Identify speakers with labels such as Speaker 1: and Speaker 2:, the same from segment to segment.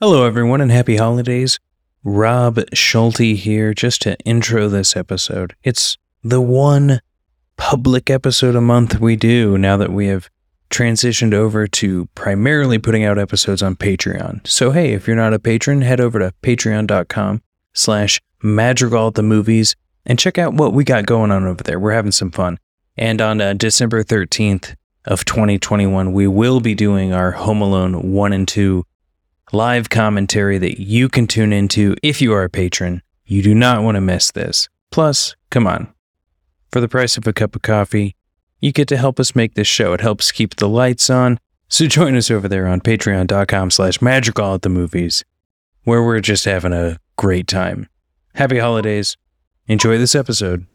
Speaker 1: Hello, everyone, and happy holidays. Rob Schulte here just to intro this episode. It's the one public episode a month we do now that we have transitioned over to primarily putting out episodes on Patreon. So, hey, if you're not a patron, head over to patreon.com slash madrigal at the movies and check out what we got going on over there. We're having some fun. And on uh, December 13th of 2021, we will be doing our Home Alone 1 and 2 live commentary that you can tune into if you are a patron. You do not want to miss this. Plus, come on. For the price of a cup of coffee, you get to help us make this show. It helps keep the lights on. So join us over there on patreon.com slash magical at the movies, where we're just having a great time. Happy holidays. Enjoy this episode.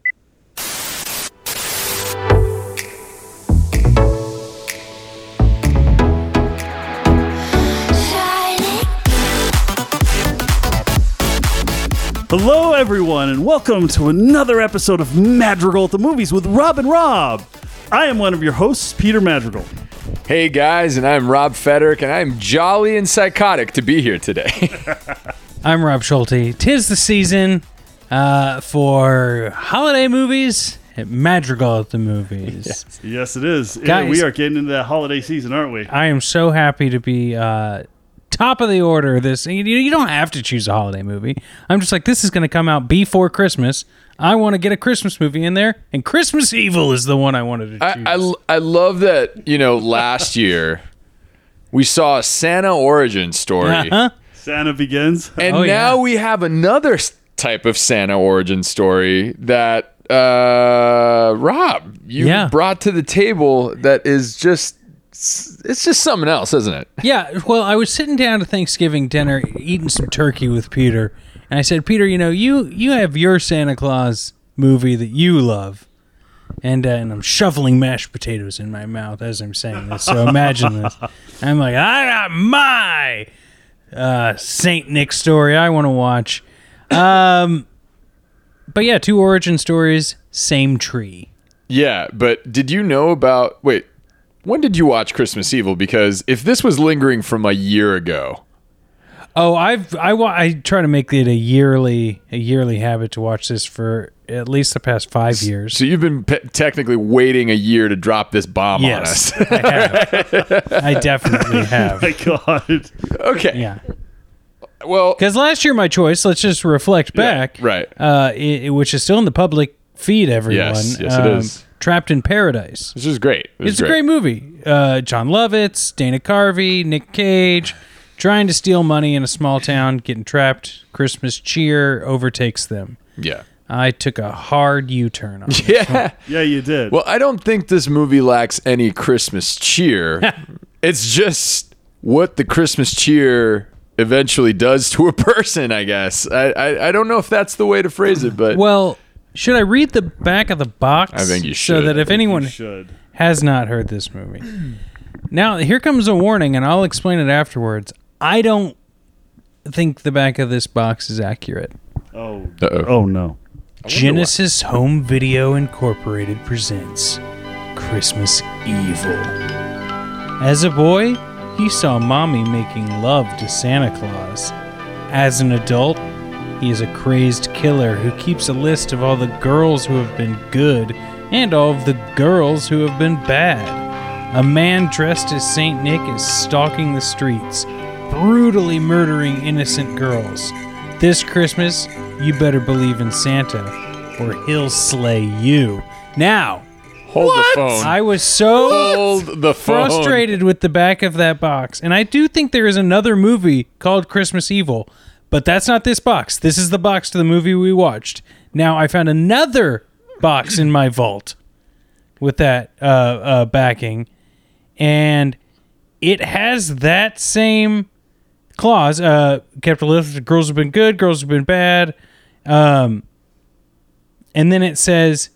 Speaker 2: Hello, everyone, and welcome to another episode of Madrigal at the Movies with Rob and Rob. I am one of your hosts, Peter Madrigal.
Speaker 3: Hey guys, and I'm Rob Federick, and I'm jolly and psychotic to be here today.
Speaker 4: I'm Rob Schulte. Tis the season uh, for holiday movies at Madrigal at the movies.
Speaker 2: Yes, it is. Yeah,
Speaker 4: Guys.
Speaker 2: we are getting into that holiday season, aren't we?
Speaker 4: I am so happy to be uh, top of the order this. You, you don't have to choose a holiday movie. I'm just like, this is going to come out before Christmas. I want to get a Christmas movie in there, and Christmas Evil is the one I wanted to choose.
Speaker 3: I, I, I love that, you know, last year we saw a Santa origin story,
Speaker 4: Uh-huh.
Speaker 2: Santa begins.
Speaker 3: and
Speaker 4: Oh,
Speaker 3: now
Speaker 4: yeah.
Speaker 3: we have another s- type of Santa origin story that, uh, Rob, you
Speaker 4: Yeah.
Speaker 3: brought to the table that is just, it's just something else, isn't it?
Speaker 4: Yeah, well, I was sitting down to Thanksgiving dinner, eating some turkey with Peter, and I said, "Peter, you know, you you have your Santa Claus movie that you love," and uh, and I'm shoveling mashed potatoes in my mouth as I'm saying this. So imagine this. I'm like, I got my uh, Saint Nick story I want to watch. Um, but yeah, two origin stories, same tree.
Speaker 3: Yeah, but did you know about, wait, when did you watch Christmas Evil? Because if this was lingering from a year ago,
Speaker 4: Oh, I've I wa- I try to make it a yearly a yearly habit to watch this for at least the past five years.
Speaker 3: So you've been pe- technically waiting a year to drop this bomb
Speaker 4: yes,
Speaker 3: on us.
Speaker 4: I have. I definitely have.
Speaker 2: My God.
Speaker 3: okay.
Speaker 4: Yeah,
Speaker 3: Well,
Speaker 4: because last year my choice. Let's just reflect back.
Speaker 3: right.
Speaker 4: Uh, i i- which is still in the public feed. Everyone. um,
Speaker 3: yes, it is.
Speaker 4: Trapped in Paradise.
Speaker 3: this is great. This
Speaker 4: It's a great movie. Uh, John Lovitz, Dana Carvey, Nick Cage, trying to steal money in a small town, getting trapped. Christmas cheer overtakes them.
Speaker 3: Yeah.
Speaker 4: I took a hard U turn on. it.
Speaker 3: Yeah.
Speaker 2: Yeah, you did.
Speaker 3: Well, I don't think this movie lacks any Christmas cheer. it's just what the Christmas cheer eventually does to a person, I guess. I, I, I don't know if that's the way to phrase it, but
Speaker 4: Well, should I read the back of the box?
Speaker 3: I think you
Speaker 4: So
Speaker 3: should.
Speaker 4: that if
Speaker 2: you
Speaker 4: anyone
Speaker 2: should.
Speaker 4: has not heard this movie. Now, here comes a warning, and I'll explain it afterwards. I don't think the back of this box is accurate.
Speaker 2: Oh.
Speaker 3: Uh-oh.
Speaker 2: Oh, no.
Speaker 4: Genesis Home Video Incorporated presents Christmas Evil. As a boy, he saw mommy making love to Santa Claus. As an adult, he is a crazed killer who keeps a list of all the girls who have been good and all of the girls who have been bad. A man dressed as Saint Nick is stalking the streets, brutally murdering innocent girls. This Christmas, you better believe in Santa, or he'll slay you. Now,
Speaker 3: hold the phone.
Speaker 4: I was so
Speaker 3: hold the phone.
Speaker 4: frustrated with the back of that box, and I do think there is another movie called Christmas Evil, but that's not this box. This is the box to the movie we watched. Now, I found another box in my vault with that uh, uh, backing, and it has that same clause. Uh, kept a list. of Girls have been good. Girls have been bad. Um, and then it says,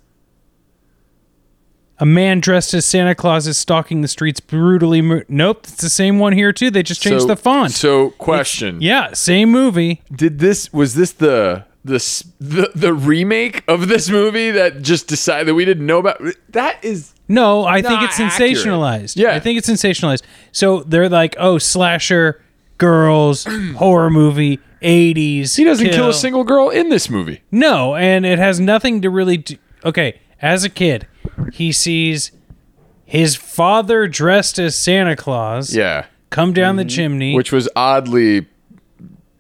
Speaker 4: a man dressed as Santa Claus is stalking the streets brutally. Mur- nope, it's the same one here too. They just changed
Speaker 3: So-
Speaker 4: the font.
Speaker 3: So, question.
Speaker 4: yeah, same movie.
Speaker 3: did this was this the the s- the, the remake of this movie that just decided that we didn't know about that is
Speaker 4: No, I think
Speaker 3: Not
Speaker 4: it's
Speaker 3: accurate.
Speaker 4: sensationalized.
Speaker 3: Yeah.
Speaker 4: I think it's sensationalized. So they're like, oh, slasher girls, horror movie, 80s.
Speaker 3: He doesn't kill. a single girl in this movie.
Speaker 4: No, and it has nothing to really do. Okay, as a kid, he sees his father dressed as Santa Claus
Speaker 3: Yeah.
Speaker 4: come down the chimney.
Speaker 3: Which was oddly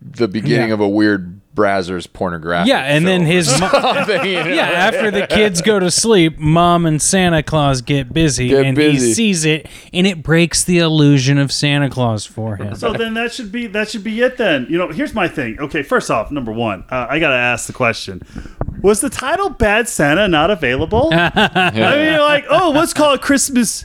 Speaker 3: the beginning of a weird Brazzers pornographic.
Speaker 4: yeah, and then
Speaker 3: film.
Speaker 4: his mo- yeah, after the kids go to sleep, mom and Santa Claus get busy,
Speaker 3: Get
Speaker 4: and he
Speaker 3: busy.
Speaker 4: sees it, and it breaks the illusion of Santa Claus for him.
Speaker 2: So then that should be that should be it then. You know, here's my thing. Okay, first off, number one, uh, I gotta ask the question: Was the title "Bad Santa" not available? I mean, like, oh, what's called Christmas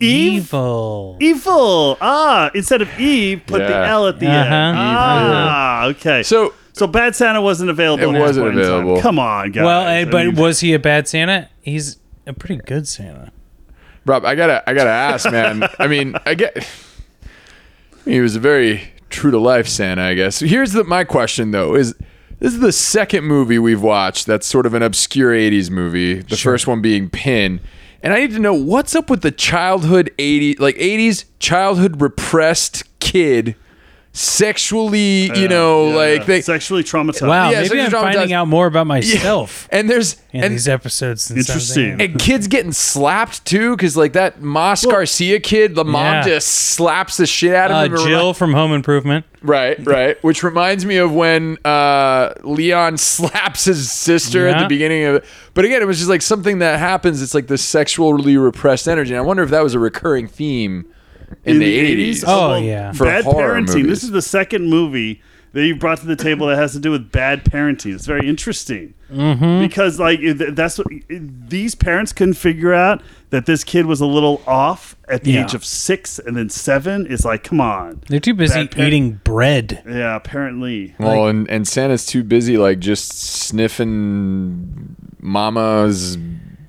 Speaker 2: Eve?
Speaker 4: Evil.
Speaker 2: Evil. Ah, instead of Eve, put the
Speaker 3: Yeah.
Speaker 2: L at the end.
Speaker 4: Uh-huh.
Speaker 2: Ah, okay.
Speaker 3: So
Speaker 2: so Bad Santa wasn't available.
Speaker 3: It
Speaker 2: at that
Speaker 3: wasn't
Speaker 2: point in time.
Speaker 3: available.
Speaker 2: Come on, guys.
Speaker 4: Well,
Speaker 2: I
Speaker 4: eh, but
Speaker 2: mean,
Speaker 4: was he a bad Santa? He's a pretty good Santa.
Speaker 3: Rob, I gotta, I gotta ask, man. I mean, I get. He was a very true to life Santa, I guess. Here's the, my question though: is this is the second movie we've watched that's sort of an obscure '80s movie. The first one being Pin, and I need to know what's up with the childhood '80s, like '80s childhood repressed kid, sexually, you know, like they.
Speaker 2: sexually traumatized.
Speaker 4: Wow,
Speaker 3: Yeah,
Speaker 4: maybe
Speaker 3: so
Speaker 4: I'm
Speaker 3: John
Speaker 4: finding
Speaker 3: does-
Speaker 4: out more about myself
Speaker 3: and there's
Speaker 4: in
Speaker 3: and
Speaker 4: these episodes. since I was a
Speaker 2: Interesting.
Speaker 4: kid.
Speaker 3: And kids getting slapped too, because like that Moss Garcia kid, the mom
Speaker 4: Yeah.
Speaker 3: just slaps the shit out of
Speaker 4: Uh,
Speaker 3: him. and
Speaker 4: Jill
Speaker 3: remi-
Speaker 4: from Home Improvement.
Speaker 3: right, right. Which reminds me of when uh, Leon slaps his sister at
Speaker 4: Yeah.
Speaker 3: the beginning of it. But again, it was just like something that happens. It's like the sexually repressed energy. And I wonder if that was a recurring theme in, the eighties.
Speaker 4: Oh, yeah.
Speaker 3: For
Speaker 2: bad
Speaker 3: horror
Speaker 2: parenting.
Speaker 3: movies.
Speaker 2: This is the second movie that you brought to the table that has to do with bad parenting. It's very interesting
Speaker 4: Mm-hmm.
Speaker 2: because, like, th- that's what these parents couldn't figure out that this kid was a little off at the
Speaker 4: Yeah.
Speaker 2: age of six and then seven. It's like, come on,
Speaker 4: They're too busy
Speaker 2: Bad parent-
Speaker 4: eating bread.
Speaker 2: yeah. Apparently,
Speaker 3: Well, and, and Santa's too busy like just sniffing Mama's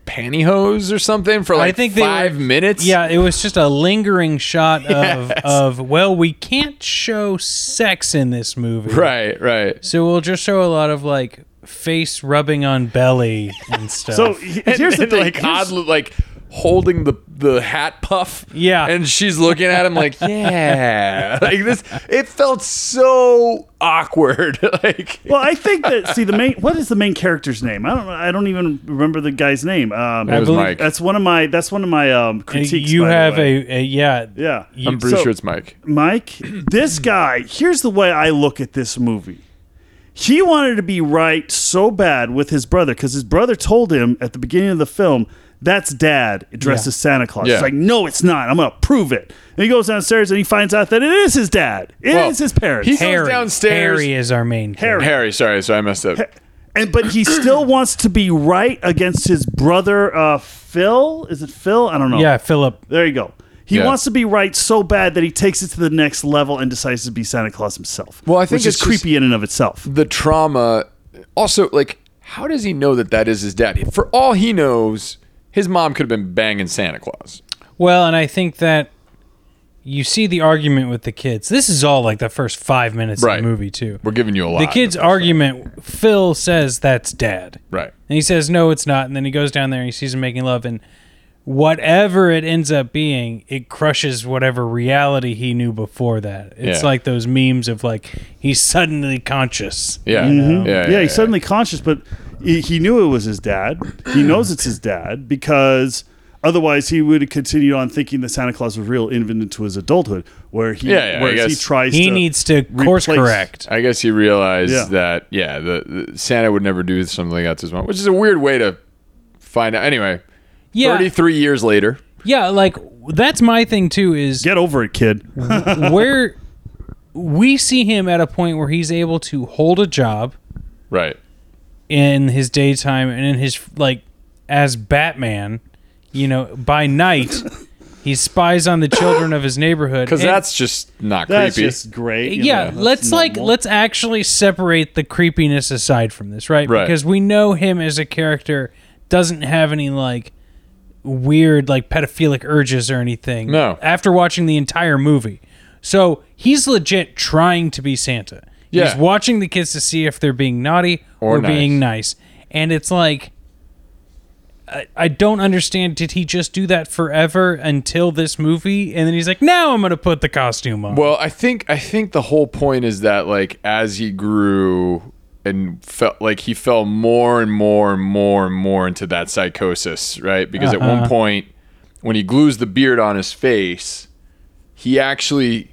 Speaker 3: pantyhose or something for like
Speaker 4: I think they
Speaker 3: five
Speaker 4: were,
Speaker 3: minutes.
Speaker 4: Yeah, it was just a lingering shot of of well, we can't show sex in this movie,
Speaker 3: Right, right.
Speaker 4: So we'll just show a lot of like face rubbing on belly and stuff.
Speaker 2: so e-, he-
Speaker 3: And-
Speaker 2: here's the
Speaker 3: and,
Speaker 2: thing.
Speaker 3: like
Speaker 2: Here's-
Speaker 3: oddly like holding the the hat puff
Speaker 4: Yeah.
Speaker 3: and she's looking at him like yeah like this it felt so awkward like
Speaker 2: well, I think that see the main. What is the main character's name? I don't. I don't even remember the guy's name. Um,
Speaker 3: it was
Speaker 4: believe-
Speaker 3: mike
Speaker 2: that's one of my. That's one of my um,
Speaker 4: And
Speaker 2: critiques.
Speaker 4: you
Speaker 2: by the
Speaker 4: have
Speaker 2: way.
Speaker 4: a, a yeah.
Speaker 2: yeah.
Speaker 3: i'm pretty
Speaker 2: so-
Speaker 3: sure it's mike
Speaker 2: Mike, this guy, here's the way I look at this movie. He wanted to be right so bad with his brother because his brother told him at the beginning of the film, that's dad dressed
Speaker 4: Yeah.
Speaker 2: as Santa Claus.
Speaker 3: Yeah.
Speaker 2: He's like, no, it's not. I'm going to prove it. And he goes downstairs and he finds out that it is his dad. It is
Speaker 3: Well,
Speaker 2: his parents.
Speaker 3: he- goes
Speaker 4: Harry.
Speaker 3: downstairs-
Speaker 4: Harry is our main. character.
Speaker 2: Harry.
Speaker 3: harry sorry so i messed up
Speaker 2: And, but he still wants to be right against his brother, uh, Phil. Is it Phil? I don't know.
Speaker 4: Yeah, Philip.
Speaker 2: There you go. He
Speaker 3: Yeah.
Speaker 2: wants to be right so bad that he takes it to the next level and decides to be Santa Claus himself.
Speaker 3: Well, I think
Speaker 2: which is
Speaker 3: it's just-
Speaker 2: creepy in and of itself.
Speaker 3: the trauma also like how does he know that that is his dad for all he knows his mom could have been banging santa claus
Speaker 4: Well, and I think that you see the argument with the kids. This is all like the first five minutes
Speaker 3: Right.
Speaker 4: of the movie too.
Speaker 3: we're giving you a lot
Speaker 4: The kid's argument. Phil says that's dad.
Speaker 3: right
Speaker 4: And he says, no, it's not. And then he goes down there and he sees him making love. And whatever it ends up being, it crushes whatever reality he knew before that. It's
Speaker 3: Yeah.
Speaker 4: like those memes of like, he's suddenly conscious.
Speaker 3: yeah yeah,
Speaker 2: Mm-hmm. yeah, he's suddenly conscious, but he, he knew it was his dad. He knows it's his dad because otherwise he would have continued on thinking that Santa Claus was real even into his adulthood, where he
Speaker 3: Yeah, yeah, I
Speaker 2: whereas he
Speaker 3: guess.
Speaker 2: tries
Speaker 4: He
Speaker 2: to
Speaker 4: needs to course
Speaker 2: replace-
Speaker 4: correct.
Speaker 3: I guess he realized
Speaker 2: Yeah.
Speaker 3: that yeah, the, the Santa would never do something like that to his mom, which is a weird way to find out. Anyway,
Speaker 4: Yeah.
Speaker 3: thirty-three years later,
Speaker 4: Yeah. Like, that's my thing too is
Speaker 2: get over it, kid.
Speaker 4: where we see him at a point where he's able to hold a job
Speaker 3: right?
Speaker 4: in his daytime and in his like as Batman, you know, by night he spies on the children of his neighborhood.
Speaker 3: Because
Speaker 4: And-
Speaker 3: that's just not
Speaker 2: That's
Speaker 3: creepy.
Speaker 2: just great. you
Speaker 4: yeah,
Speaker 2: know, that's
Speaker 4: let's like
Speaker 2: normal.
Speaker 4: let's actually separate the creepiness aside from this, right?
Speaker 3: Right.
Speaker 4: Because we know him as a character doesn't have any like weird like pedophilic urges or anything.
Speaker 3: No.
Speaker 4: After watching the entire movie. So he's legit trying to be Santa.
Speaker 3: Yeah.
Speaker 4: He's watching the kids to see if they're being naughty
Speaker 3: Or
Speaker 4: or being nice. And it's like I, I don't understand. Did he just do that forever until this movie? And then he's like, now I'm going to put the costume on.
Speaker 3: Well, I think I think the whole point is that like as he grew and felt like he fell more and more and more and more into that psychosis, right? Because at one point when he glues the beard on his face, he actually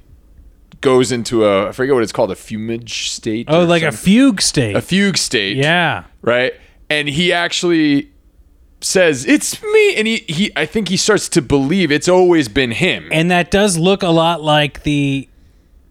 Speaker 3: goes into a I forget what it's called, a fumage state.
Speaker 4: oh,
Speaker 3: or
Speaker 4: like a
Speaker 3: something.
Speaker 4: fugue state.
Speaker 3: a fugue state.
Speaker 4: yeah.
Speaker 3: right? And he actually says, "It's me," and he, he I think he starts to believe it's always been him.
Speaker 4: And that does look a lot like the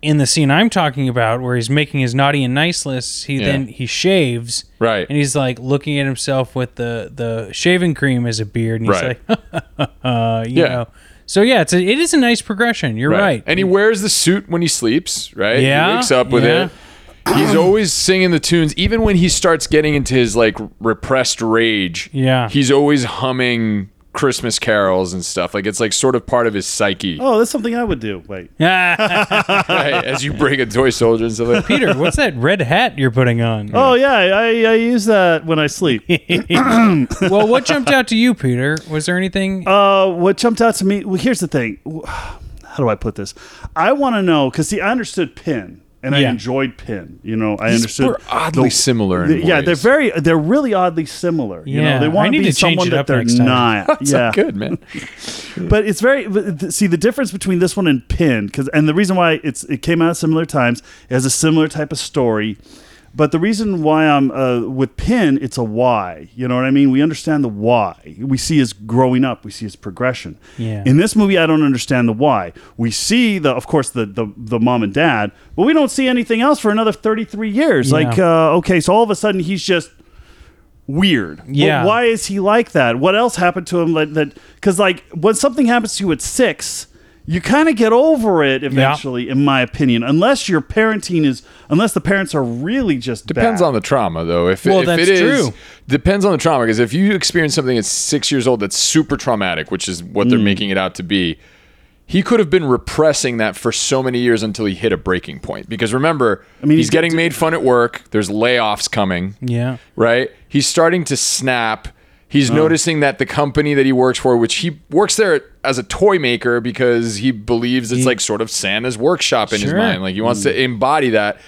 Speaker 4: in the scene I'm talking about where he's making his naughty and nice list, he then he shaves.
Speaker 3: Right.
Speaker 4: And he's like looking at himself with the the shaving cream as a beard and he's
Speaker 3: Right.
Speaker 4: like uh, you
Speaker 3: Yeah.
Speaker 4: know. So yeah, it's a, it is a nice progression. You're right.
Speaker 3: And he wears the suit when he sleeps, right?
Speaker 4: Yeah,
Speaker 3: He wakes up with
Speaker 4: yeah.
Speaker 3: it. He's always singing the tunes, even when he starts getting into his like repressed rage.
Speaker 4: Yeah.
Speaker 3: He's always humming Christmas carols and stuff. Like it's like sort of part of his psyche.
Speaker 2: Oh, that's something I would do. Wait.
Speaker 3: Right? As you break a toy soldier and stuff like that.
Speaker 4: Ah, Peter, what's that red hat you're putting on?
Speaker 2: Oh yeah, I, I use that when I sleep.
Speaker 4: well, what jumped out to you, Peter? Was there anything?
Speaker 2: Uh, what jumped out to me? Well, here's the thing. How do I put this? I want to know because see, I understood Pin and
Speaker 4: Yeah.
Speaker 2: I enjoyed Pin. You know, I
Speaker 3: We're
Speaker 2: understood.
Speaker 3: oddly similar. In
Speaker 2: Th- yeah, they're
Speaker 3: ways.
Speaker 2: very, they're really oddly similar. You
Speaker 4: Yeah.
Speaker 2: know, they
Speaker 4: I
Speaker 2: want
Speaker 4: need
Speaker 2: to
Speaker 4: to
Speaker 2: be
Speaker 4: change
Speaker 2: someone
Speaker 4: it
Speaker 2: that
Speaker 4: up
Speaker 2: they're
Speaker 4: next time.
Speaker 2: not.
Speaker 3: It's
Speaker 2: yeah,
Speaker 3: not good, man.
Speaker 2: but it's very but th- see the difference between this one and Pin because and the reason why it's it came out at similar times it has a similar type of story, but the reason why I'm uh, with Pin it's a why you know what I mean we understand the why we see his growing up we see his progression
Speaker 4: Yeah.
Speaker 2: in this movie I don't understand the why we see the of course the the, the mom and dad but we don't see anything else for another thirty three years
Speaker 4: Yeah.
Speaker 2: like uh, okay so all of a sudden he's just weird. But
Speaker 4: Yeah.
Speaker 2: why is he like that? What else happened to him that that cuz like when something happens to you at 6, you kind of get over it eventually in my opinion unless your parenting is unless the parents are really just
Speaker 3: Depends
Speaker 2: bad.
Speaker 3: on the trauma, though. If,
Speaker 4: Well,
Speaker 3: if
Speaker 4: that's
Speaker 3: it is,
Speaker 4: true.
Speaker 3: depends on the trauma. Because if you experience something at six years old that's super traumatic, which is what they're making it out to be, he could have been repressing that for so many years until he hit a breaking point. Because remember, I mean,
Speaker 2: mean,
Speaker 3: he's
Speaker 2: he did
Speaker 3: getting made fun at work. There's layoffs coming,
Speaker 4: yeah.
Speaker 3: right? He's starting to snap. He's
Speaker 4: Oh.
Speaker 3: noticing that the company that he works for, which he works there as a toy maker because he believes it's like sort of Santa's workshop in his
Speaker 4: Sure. Mm.
Speaker 3: mind. Like he wants to embody that.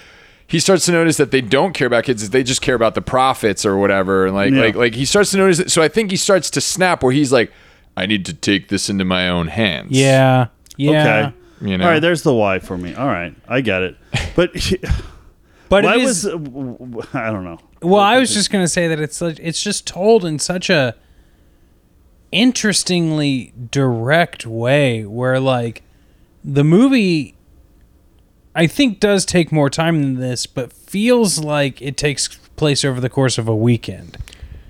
Speaker 3: He starts to notice that they don't care about kids; they just care about the profits or whatever. And like,
Speaker 2: Yeah.
Speaker 3: like, like he starts to notice. It. So I think he starts to snap where he's like, "I need to take this into my own hands."
Speaker 4: Yeah. Yeah.
Speaker 2: okay.
Speaker 3: you know.
Speaker 2: All right, there's the why for me. All right, I get it. But
Speaker 4: But
Speaker 2: why
Speaker 4: it is.
Speaker 2: was uh, w- w- I don't know.
Speaker 4: Well, I was just gonna say that it's like, it's just told in such a interestingly direct way, where like the movie, I think, does take more time than this, but feels like it takes place over the course of a weekend.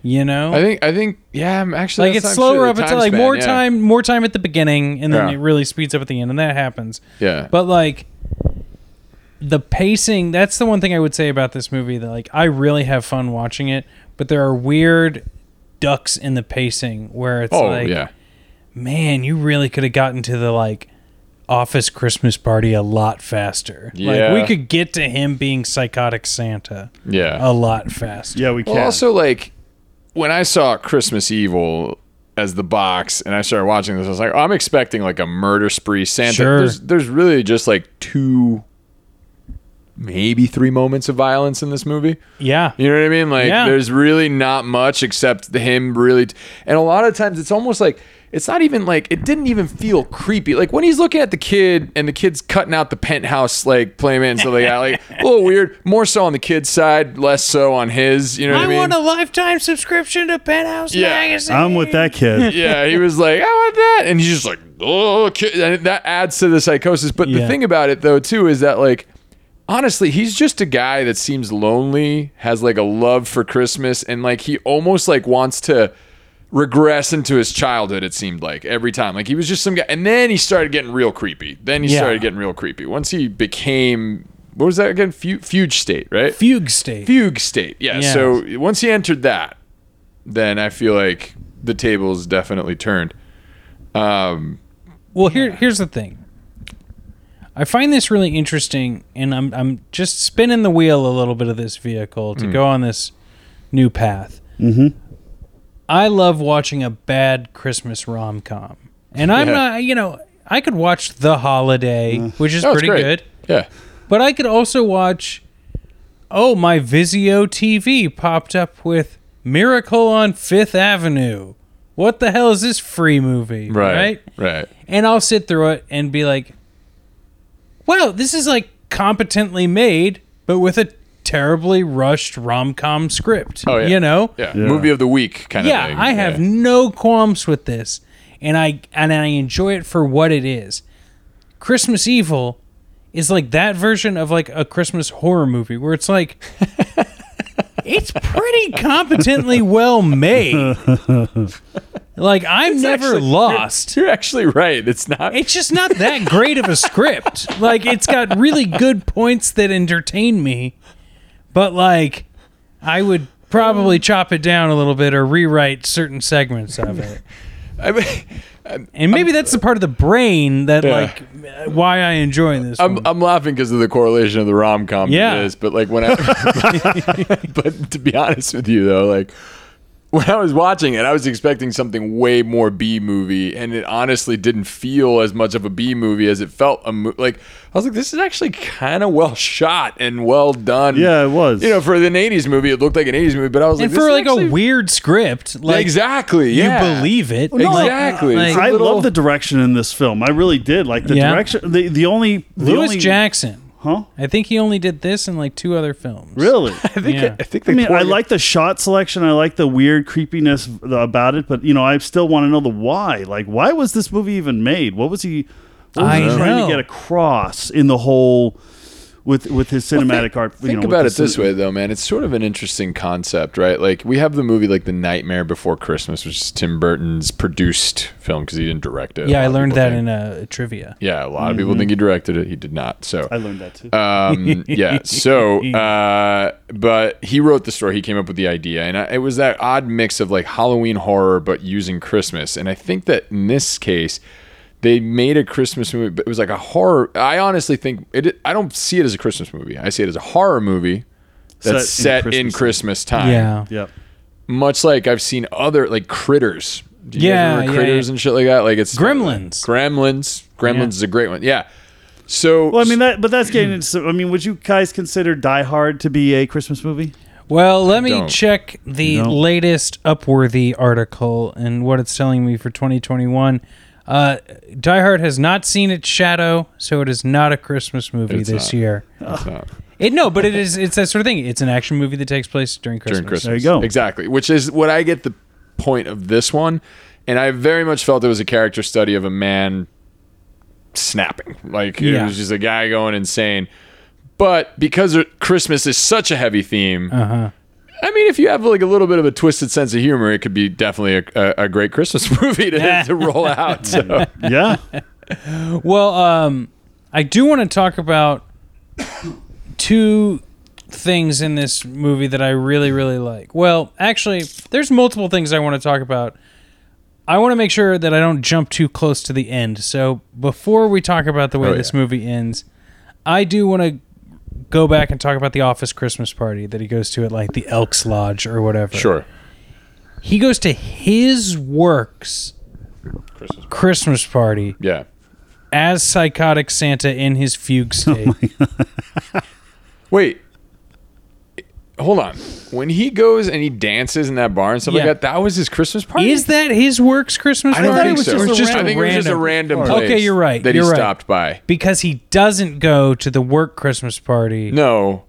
Speaker 4: You know,
Speaker 3: I think, I think, yeah. I'm actually
Speaker 4: like
Speaker 3: that's
Speaker 4: it's
Speaker 3: not- I'm sure
Speaker 4: slower
Speaker 3: the
Speaker 4: up until
Speaker 3: time
Speaker 4: like
Speaker 3: span,
Speaker 4: more
Speaker 3: yeah.
Speaker 4: time, more time at the beginning, and then
Speaker 3: Yeah.
Speaker 4: it really speeds up at the end, and that happens.
Speaker 3: Yeah,
Speaker 4: But like the pacing, that's the one thing I would say about this movie that like I really have fun watching it, but there are weird ducks in the pacing where it's
Speaker 3: oh
Speaker 4: like
Speaker 3: yeah.
Speaker 4: man, you really could have gotten to the like office Christmas party a lot faster.
Speaker 3: Yeah.
Speaker 4: Like we could get to him being psychotic Santa
Speaker 3: Yeah.
Speaker 4: a lot faster.
Speaker 2: Yeah, we can.
Speaker 3: Well, also like when I saw Christmas Evil as the box, and I started watching this, I was like, oh, I'm expecting like a murder spree. Santa,
Speaker 4: Sure.
Speaker 3: there's there's really just like two, maybe three moments of violence in this movie.
Speaker 4: Yeah.
Speaker 3: You know what I mean? Like,
Speaker 4: Yeah.
Speaker 3: there's really not much except him really. T- and a lot of times, it's almost like it's not even like it didn't even feel creepy. Like when he's looking at the kid and the kid's cutting out the penthouse like playmat and stuff like that. Like a little weird. More so on the kid's side, less so on his. You know what I,
Speaker 4: I
Speaker 3: mean?
Speaker 4: want a lifetime subscription to Penthouse
Speaker 3: Yeah.
Speaker 4: magazine.
Speaker 2: I'm with that kid.
Speaker 3: yeah, he was like, I want that. And he's just like, oh, kid. And that adds to the psychosis. But the
Speaker 4: Yeah.
Speaker 3: thing about it, though, too, is that, like, honestly, he's just a guy that seems lonely, has, like, a love for Christmas, and, like, he almost, like, wants to regress into his childhood, it seemed like, every time. Like, he was just some guy. And then he started getting real creepy. Then he
Speaker 4: Yeah.
Speaker 3: started getting real creepy. Once he became, what was that again? Fu- fuge state, right?
Speaker 4: Fugue state.
Speaker 3: fugue state. Yeah.
Speaker 4: Yeah.
Speaker 3: So once he entered that, then I feel like the tables definitely turned. Um,
Speaker 4: Well, here here's the thing. I find this really interesting, and I'm I'm just spinning
Speaker 3: Mm.
Speaker 4: the wheel a little bit of this vehicle to go on this new path. Mm-hmm. I love watching a bad Christmas rom com, and I'm
Speaker 3: Yeah.
Speaker 4: not. You know, I could watch The Holiday, which is
Speaker 3: Oh, it's
Speaker 4: pretty
Speaker 3: great.
Speaker 4: good,
Speaker 3: Yeah.
Speaker 4: but I could also watch. Oh, my Vizio TV popped up with Miracle on Fifth Avenue. What the hell is this free movie?
Speaker 3: Right. Right.
Speaker 4: and I'll sit through it and be like, "Wow, this is like competently made, but with a terribly rushed rom com script."
Speaker 3: Oh, yeah.
Speaker 4: You know?
Speaker 3: Yeah. Movie of the week kind
Speaker 4: Yeah,
Speaker 3: of thing.
Speaker 4: I have no qualms with this, and I and I enjoy it for what it is. Christmas Evil is like that version of like a Christmas horror movie where it's like. It's pretty competently well made. Like I'm never
Speaker 3: actually-
Speaker 4: lost.
Speaker 3: You're actually right. It's not.
Speaker 4: It's just not that great of a script. Like it's got really good points that entertain me, but like I would probably chop it down a little bit or rewrite certain segments of it.
Speaker 3: I mean,
Speaker 4: And maybe that's the part of the brain that
Speaker 3: Yeah.
Speaker 4: like uh, why I enjoy this.
Speaker 3: I'm,
Speaker 4: one.
Speaker 3: I'm laughing because of the correlation of the rom com
Speaker 4: Yeah.
Speaker 3: to this, but like when I, but to be honest with you though, like when I was watching it, I was expecting something way more B movie, and it honestly didn't feel as much of a B movie as it felt a mo- like I was like, this is actually kind of well shot and well done.
Speaker 2: Yeah, it was.
Speaker 3: You know, for an '80s movie, it looked like an '80s movie, but I was
Speaker 4: and
Speaker 3: like, this
Speaker 4: for
Speaker 3: is
Speaker 4: like
Speaker 3: actually-
Speaker 4: a weird script, like
Speaker 3: exactly,
Speaker 4: you
Speaker 3: yeah.
Speaker 4: believe it.
Speaker 3: exactly.
Speaker 4: Like-
Speaker 3: It's a
Speaker 2: I
Speaker 3: little-
Speaker 2: love the direction in this film. I really did like the
Speaker 4: Yeah.
Speaker 2: direction. The the only the
Speaker 4: Lewis
Speaker 2: only,
Speaker 4: Jackson.
Speaker 2: huh?
Speaker 4: I think he only did this and like two other films.
Speaker 2: Really?
Speaker 3: I think
Speaker 4: Yeah.
Speaker 3: I think
Speaker 2: I
Speaker 3: they
Speaker 2: mean,
Speaker 3: poured
Speaker 2: I
Speaker 3: it-
Speaker 2: like the shot selection. I like the weird creepiness about it, but you know, I still want to know the why. Like, why was this movie even made? What was he? What was
Speaker 4: I
Speaker 2: he trying
Speaker 4: know.
Speaker 2: to get across in the whole with with his cinematic art? you
Speaker 3: Think
Speaker 2: know, with
Speaker 3: about it
Speaker 2: the
Speaker 3: this
Speaker 2: cin-
Speaker 3: way, though, man. It's sort of an interesting concept, right? Like we have the movie like The Nightmare Before Christmas, which is Tim Burton's produced film because he didn't direct it.
Speaker 4: Yeah,
Speaker 3: A
Speaker 4: I
Speaker 3: lot of
Speaker 4: learned
Speaker 3: people
Speaker 4: that
Speaker 3: think-
Speaker 4: in Mm-hmm. a trivia.
Speaker 3: Yeah, a lot of people think he directed it. He did not. So
Speaker 2: I learned that too.
Speaker 3: um, yeah. So, uh, but he wrote the story. He came up with the idea, and I, it was that odd mix of like Halloween horror, but using Christmas. And I think that in this case, they made a Christmas movie, but it was like a horror. I honestly think it. I don't see it as a Christmas movie. I see it as a horror movie that's
Speaker 2: Set in
Speaker 3: set, in,
Speaker 2: Christmas.
Speaker 3: Christmas time.
Speaker 4: Yeah.
Speaker 2: yep.
Speaker 3: Much like I've seen other like Critters. Do you
Speaker 4: Yeah,
Speaker 3: guys remember
Speaker 4: yeah,
Speaker 3: Critters
Speaker 4: yeah.
Speaker 3: and shit like that. Like it's
Speaker 4: Gremlins.
Speaker 3: Gremlins. Gremlins
Speaker 4: Yeah.
Speaker 3: is a great one. Yeah. So
Speaker 2: Well, I mean that, but that's getting into. I mean, would you guys consider Die Hard to be a Christmas movie?
Speaker 4: Well, let me
Speaker 3: don't.
Speaker 4: check the
Speaker 2: don't.
Speaker 4: latest Upworthy article and what it's telling me for 2021. Uh, Die Hard has not seen its shadow, so it is not a Christmas movie
Speaker 3: It's
Speaker 4: this
Speaker 3: not.
Speaker 4: year.
Speaker 3: it's not-
Speaker 4: It no, but it is. It's that sort of thing. It's an action movie that takes place during Christmas.
Speaker 3: during Christmas.
Speaker 2: There you go.
Speaker 3: Exactly, which is what I get the point of this one, and I very much felt it was a character study of a man snapping. Like it
Speaker 4: Yeah.
Speaker 3: was just a guy going insane. But because it- Christmas is such a heavy theme,
Speaker 4: Uh-huh.
Speaker 3: I mean, if you have like a little bit of a twisted sense of humor, it could be definitely a, a, a great Christmas movie to, to roll out. So
Speaker 2: Yeah,
Speaker 4: Well, um, I do want to talk about two things in this movie that I really, really like. Well, actually, there's multiple things I want to talk about. I want to make sure that I don't jump too close to the end. So before we talk about the way
Speaker 3: Oh,
Speaker 4: this
Speaker 3: yeah.
Speaker 4: movie ends, I do want to go back and talk about the office Christmas party that he goes to at like the Elks Lodge or whatever.
Speaker 3: sure,
Speaker 4: He goes to his works
Speaker 3: Christmas.
Speaker 4: Christmas party
Speaker 3: Yeah,
Speaker 4: as psychotic Santa in his fugue
Speaker 2: Oh
Speaker 4: state.
Speaker 3: Wait. Hold on. When he goes and he dances in that bar and stuff
Speaker 4: Yeah.
Speaker 3: like that, that was his Christmas party.
Speaker 4: Is that his works Christmas
Speaker 3: I
Speaker 4: party?
Speaker 3: don't think so.
Speaker 4: Or it's
Speaker 3: I think it was just a random
Speaker 4: party.
Speaker 3: place.
Speaker 4: Okay, you're right,
Speaker 3: That
Speaker 4: you're
Speaker 3: he
Speaker 4: right.
Speaker 3: stopped by.
Speaker 4: because he doesn't go to the work Christmas party.
Speaker 3: No,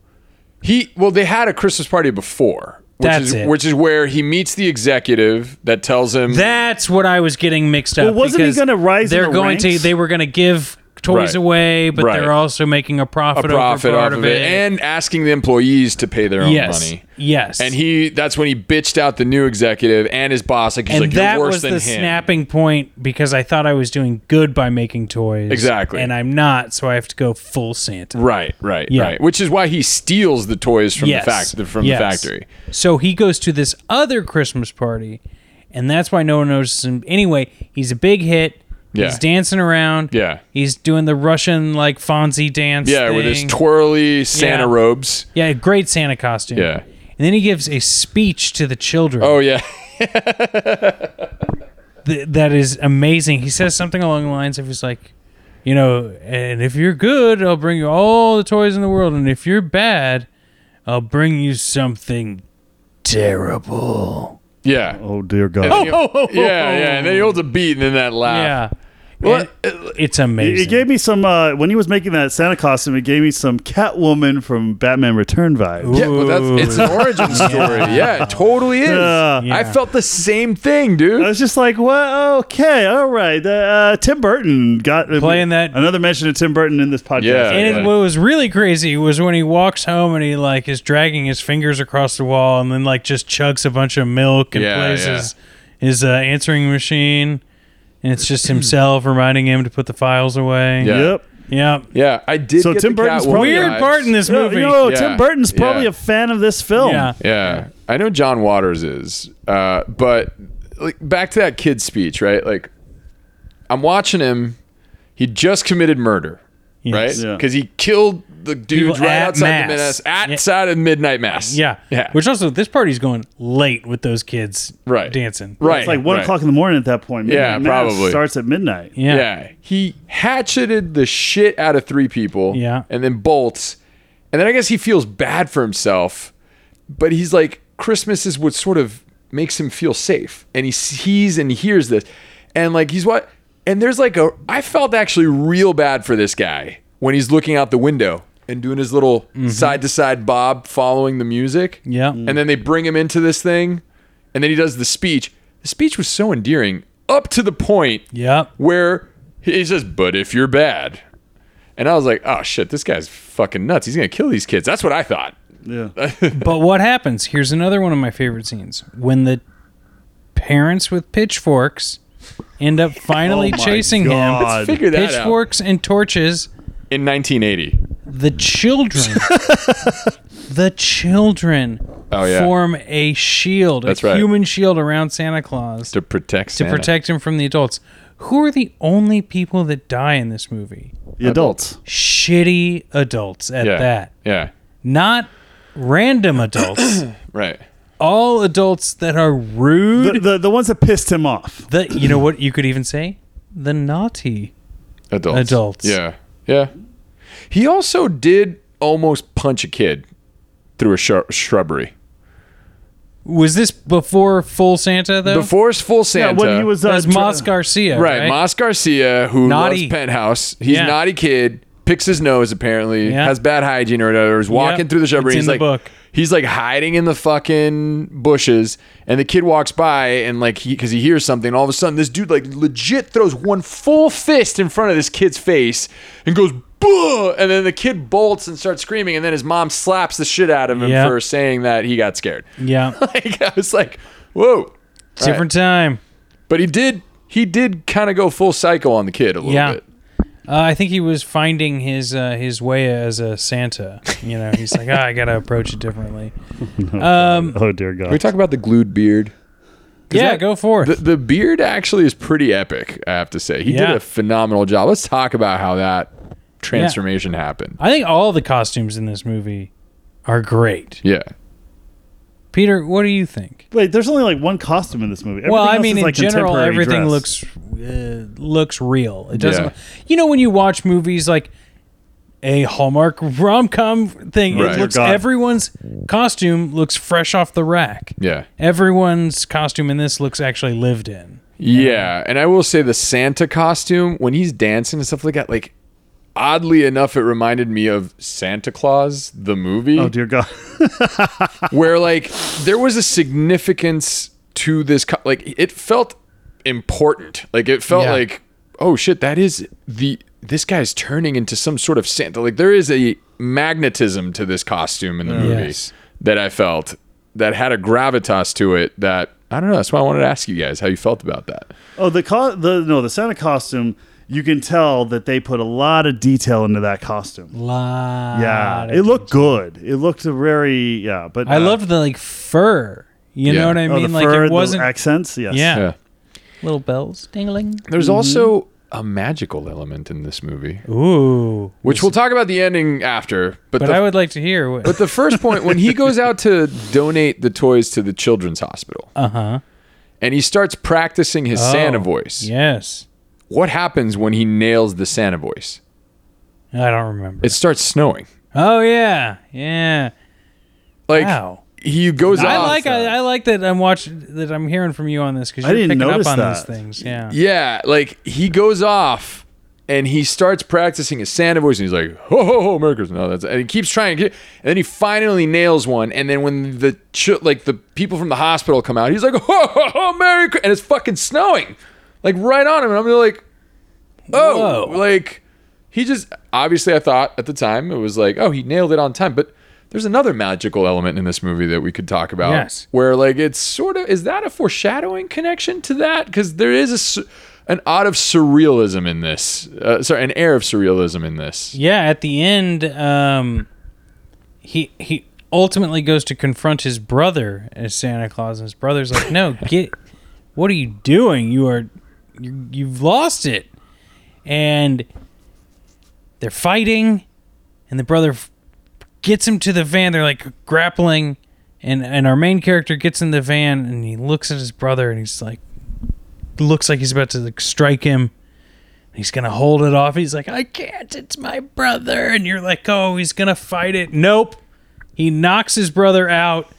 Speaker 3: he. Well, they had a Christmas party before, which
Speaker 4: That's
Speaker 3: is
Speaker 4: it.
Speaker 3: which is where he meets the executive that tells him
Speaker 4: That's what I was getting mixed up.
Speaker 2: Well, wasn't he
Speaker 4: because
Speaker 2: gonna rise in
Speaker 4: They're
Speaker 2: the
Speaker 4: going to.
Speaker 2: ranks?
Speaker 4: They were going to give toys
Speaker 3: Right.
Speaker 4: away, but
Speaker 3: Right.
Speaker 4: they're also making a
Speaker 3: a
Speaker 4: profit,
Speaker 3: profit
Speaker 4: over
Speaker 3: off
Speaker 4: part
Speaker 3: of it, and asking the employees to pay their own
Speaker 4: yes,
Speaker 3: money.
Speaker 4: yes,
Speaker 3: And he. That's when he bitched out the new executive and his boss. Like he's
Speaker 4: and
Speaker 3: like,
Speaker 4: that
Speaker 3: you're worse
Speaker 4: was
Speaker 3: than
Speaker 4: the
Speaker 3: him.
Speaker 4: snapping point because I thought I was doing good by making toys,
Speaker 3: Exactly.
Speaker 4: and I'm not, so I have to go full Santa.
Speaker 3: Right, right,
Speaker 4: Yeah.
Speaker 3: right. Which is why he steals the toys from
Speaker 4: Yes.
Speaker 3: the fact from
Speaker 4: Yes.
Speaker 3: the factory.
Speaker 4: So he goes to this other Christmas party, and that's why no one notices him. Anyway, he's a big hit.
Speaker 3: Yeah.
Speaker 4: He's dancing around.
Speaker 3: Yeah.
Speaker 4: He's doing the Russian like Fonzie dance.
Speaker 3: Yeah, with his
Speaker 4: thing.
Speaker 3: twirly Santa
Speaker 4: Yeah.
Speaker 3: robes.
Speaker 4: yeah, great Santa costume.
Speaker 3: Yeah.
Speaker 4: then he gives a speech to the children
Speaker 3: Oh yeah.
Speaker 4: th- that is amazing. He says something along the lines of, he's like, you know, and if you're good, I'll bring you all the toys in the world. And if you're bad, I'll bring you something terrible.
Speaker 3: Yeah.
Speaker 2: Oh dear God!
Speaker 3: Oh, yeah, yeah. And then he holds a beat and then that laugh.
Speaker 4: Yeah.
Speaker 3: Well, uh,
Speaker 4: It- it's amazing.
Speaker 2: It gave me some uh, when he was making that Santa costume. It gave me some Catwoman from Batman Return vibes.
Speaker 3: Yeah, but
Speaker 4: Ooh.
Speaker 3: that's it's an origin story. Yeah, it totally is.
Speaker 2: Yeah.
Speaker 3: I felt the same thing, dude.
Speaker 4: Uh,
Speaker 2: I was just like, well, okay, all right. Uh, Tim Burton got
Speaker 4: Playing that-
Speaker 2: another mention of Tim Burton in this podcast.
Speaker 3: Yeah.
Speaker 4: and it,
Speaker 3: Yeah.
Speaker 4: what was really crazy was when he walks home and he like is dragging his fingers across the wall and then like just chugs a bunch of milk and
Speaker 3: Yeah,
Speaker 4: plays
Speaker 3: yeah.
Speaker 4: his, his uh, answering machine and it's just himself reminding him to put the files away
Speaker 3: Yeah.
Speaker 2: Yep.
Speaker 4: yeah
Speaker 3: yeah, I did.
Speaker 2: So
Speaker 3: get
Speaker 2: Tim
Speaker 3: the
Speaker 2: Burton's
Speaker 3: Catwoman
Speaker 2: probably-
Speaker 4: weird
Speaker 3: vibes.
Speaker 4: part in this
Speaker 2: No,
Speaker 4: movie
Speaker 2: no,
Speaker 3: Yeah.
Speaker 2: Tim Burton's probably
Speaker 3: Yeah.
Speaker 2: a fan of this film.
Speaker 4: yeah
Speaker 3: Yeah, I know John Waters is, uh, but like back to that kid speech, right? Like, I'm watching him. He just committed murder,
Speaker 4: Yes.
Speaker 3: right?
Speaker 2: Yeah.
Speaker 3: Because he killed the dude
Speaker 4: People
Speaker 3: right
Speaker 4: at
Speaker 3: outside
Speaker 4: mass.
Speaker 3: the midnight,
Speaker 4: Yeah.
Speaker 3: outside of midnight mass.
Speaker 4: yeah
Speaker 3: yeah,
Speaker 4: which also this party's going late with those kids
Speaker 3: Right.
Speaker 4: dancing
Speaker 3: right.
Speaker 2: It's like one
Speaker 3: right.
Speaker 2: o'clock in the morning at that point.
Speaker 3: Yeah,
Speaker 2: Midnight Mass
Speaker 3: probably.
Speaker 2: starts at midnight.
Speaker 4: yeah
Speaker 3: Yeah. He hatcheted the shit out of three people.
Speaker 4: Yeah.
Speaker 3: And then bolts. And then I guess he feels bad for himself, but he's like, Christmas is what sort of makes him feel safe. And he sees and hears this. And like, he's what? And there's like a, I felt actually real bad for this guy when he's looking out the window and doing his little side to side bob following the music.
Speaker 4: Mm-hmm. Yeah.
Speaker 3: And then they bring him into this thing. And then he does the speech. The speech was so endearing up to the point
Speaker 4: yep
Speaker 3: where he says, "But if you're bad," and I was like, "Oh shit, this guy's fucking nuts. He's gonna kill these kids." That's what I thought.
Speaker 2: Yeah.
Speaker 4: But what happens? Here's another one of my favorite scenes when the parents with pitchforks end up finally
Speaker 2: Oh my
Speaker 4: chasing him.
Speaker 2: God.
Speaker 3: Figure that out.
Speaker 4: Pitchforks and torches.
Speaker 3: In 1980,
Speaker 4: The children, the children
Speaker 3: Oh, yeah.
Speaker 4: form a shield,
Speaker 3: That's
Speaker 4: a
Speaker 3: right.
Speaker 4: human shield around Santa Claus to,
Speaker 3: to protect Santa.
Speaker 4: protect him from the adults. Who are the only people that die in this movie?
Speaker 2: The adults.
Speaker 4: Shitty adults at
Speaker 3: yeah.
Speaker 4: that.
Speaker 3: Yeah.
Speaker 4: Not random adults.
Speaker 3: Right.
Speaker 4: all adults that are rude.
Speaker 2: The, the, the ones that pissed him off.
Speaker 4: The you know what you could even say the naughty.
Speaker 3: Adults.
Speaker 4: Adults.
Speaker 3: Yeah. Yeah. He also did almost punch a kid through a shr- shrubbery
Speaker 4: Was this before Full Santa though?
Speaker 3: before it's full Santa.
Speaker 2: Yeah, when he was.
Speaker 4: that
Speaker 2: Uh,
Speaker 4: was
Speaker 2: tra-
Speaker 4: Mos Garcia,
Speaker 3: right,
Speaker 4: right?
Speaker 3: Moss Garcia, who
Speaker 4: Naughty.
Speaker 3: loves Penthouse. He's
Speaker 4: Yeah.
Speaker 3: a naughty kid. Picks his nose apparently.
Speaker 4: Yeah.
Speaker 3: Has bad hygiene or whatever. Is walking
Speaker 4: Yep.
Speaker 3: through the shrubbery.
Speaker 4: It's
Speaker 3: he's
Speaker 4: in the
Speaker 3: like,
Speaker 4: book.
Speaker 3: he's like hiding in the fucking bushes, and the kid walks by and like he because he hears something. All of a sudden, this dude like legit throws one full fist in front of this kid's face and goes. "Boo!" And then the kid bolts and starts screaming, and then his mom slaps the shit out of him
Speaker 4: Yep.
Speaker 3: for saying that he got scared.
Speaker 4: yeah,
Speaker 3: Like I was like, "Whoa!"
Speaker 4: different time.
Speaker 3: But he did, he did kind of go full psycho on the kid a little
Speaker 4: Yeah.
Speaker 3: bit.
Speaker 4: Uh, I think he was finding his uh, his way as a Santa. You know, he's like, "Ah, I gotta approach it differently.
Speaker 2: oh dear God.
Speaker 3: Can we talk about the glued beard?
Speaker 4: Yeah,
Speaker 3: that-
Speaker 4: go for it.
Speaker 3: The, the beard actually is pretty epic, I have to say. He
Speaker 4: Yeah.
Speaker 3: did a phenomenal job. Let's talk about how that transformation happened.
Speaker 4: I think all the costumes in this movie are great.
Speaker 3: Yeah.
Speaker 4: Peter, what do you think?
Speaker 2: Wait, there's only like one costume in this movie. Everything
Speaker 4: well, I
Speaker 2: else
Speaker 4: mean,
Speaker 2: is,
Speaker 4: in
Speaker 2: like
Speaker 4: general,
Speaker 2: contemporary
Speaker 4: everything
Speaker 2: dress.
Speaker 4: looks uh, looks real. It doesn't.
Speaker 3: Yeah.
Speaker 4: You know, when you watch movies like a Hallmark rom com thing,
Speaker 3: Right.
Speaker 4: it looks
Speaker 2: You're gone.
Speaker 4: everyone's costume looks fresh off the rack.
Speaker 3: Yeah.
Speaker 4: Everyone's costume in this looks actually lived in.
Speaker 3: Yeah. And I will say the Santa costume, when he's dancing and stuff like that, like oddly enough, it reminded me of Santa Claus, the movie.
Speaker 2: Oh dear God.
Speaker 3: where like there was a significance to this co- like it felt important like it felt
Speaker 4: Yeah.
Speaker 3: like oh shit that is the this guy's turning into some sort of santa like there is a magnetism to this costume in the movie
Speaker 4: Yes.
Speaker 3: that i felt that had a gravitas to it that i don't know that's why i wanted to ask you guys how you felt about that
Speaker 2: Oh, the co- the no, the Santa costume. You can tell that they put a lot of detail into that costume.
Speaker 4: Lot
Speaker 2: Yeah,
Speaker 4: of-
Speaker 2: it looked good. It looked very yeah. But
Speaker 4: I
Speaker 2: uh,
Speaker 4: loved the like fur. You
Speaker 3: Yeah.
Speaker 4: know what I
Speaker 2: oh,
Speaker 4: mean?
Speaker 2: the
Speaker 4: like
Speaker 2: fur,
Speaker 4: it wasn't.
Speaker 2: the accents. Yes.
Speaker 4: yeah.
Speaker 3: yeah
Speaker 4: Little bells dingling.
Speaker 3: there's also a magical element in this movie,
Speaker 4: mm-hmm. Ooh.
Speaker 3: which we'll talk about the ending after. But,
Speaker 4: But
Speaker 3: the,
Speaker 4: I would like to hear what.
Speaker 3: but the first point when he goes out to donate the toys to the children's hospital
Speaker 4: Uh huh.
Speaker 3: and he starts practicing his
Speaker 4: Oh,
Speaker 3: Santa voice,
Speaker 4: Yes.
Speaker 3: what happens when he nails the Santa voice?
Speaker 4: I don't remember.
Speaker 3: It starts snowing.
Speaker 4: Oh yeah, yeah.
Speaker 3: Like
Speaker 4: Wow.
Speaker 3: he goes
Speaker 4: I
Speaker 3: off.
Speaker 4: like I, I like that I'm watching that I'm hearing from you on this because
Speaker 2: I
Speaker 4: you're
Speaker 2: didn't
Speaker 4: picking up
Speaker 2: notice
Speaker 4: on those
Speaker 2: that.
Speaker 4: things. Yeah.
Speaker 3: Yeah, like he goes off and he starts practicing his Santa voice, and he's like, "Ho ho ho, Merry Christmas!" No, that's and he keeps trying, and then he finally nails one. And then when the ch- like the people from the hospital come out, he's like, "Ho ho ho, Merry!" Chri-" And it's fucking snowing, like right on him. And I'm just like, "Oh,
Speaker 4: Whoa.
Speaker 3: like." He just obviously, I thought at the time it was like, oh, he nailed it on time. But there's another magical element in this movie that we could talk about.
Speaker 4: Yes.
Speaker 3: Where like it's sort of is that a foreshadowing connection to that? Because there is a su- an odd of surrealism in this. Uh, sorry, an air of surrealism in this.
Speaker 4: Yeah. At the end, um, he he ultimately goes to confront his brother as Santa Claus, and his brother's like, "No, get. What are you doing? You are, you, you've lost it." And they're fighting, and the brother f- gets him to the van. They're like grappling, and and our main character gets in the van, and he looks at his brother, and he's like, looks like he's about to like strike him. He's gonna hold it off. He's like, I can't. It's my brother. And you're like, oh, he's gonna fight it. Nope. He knocks his brother out,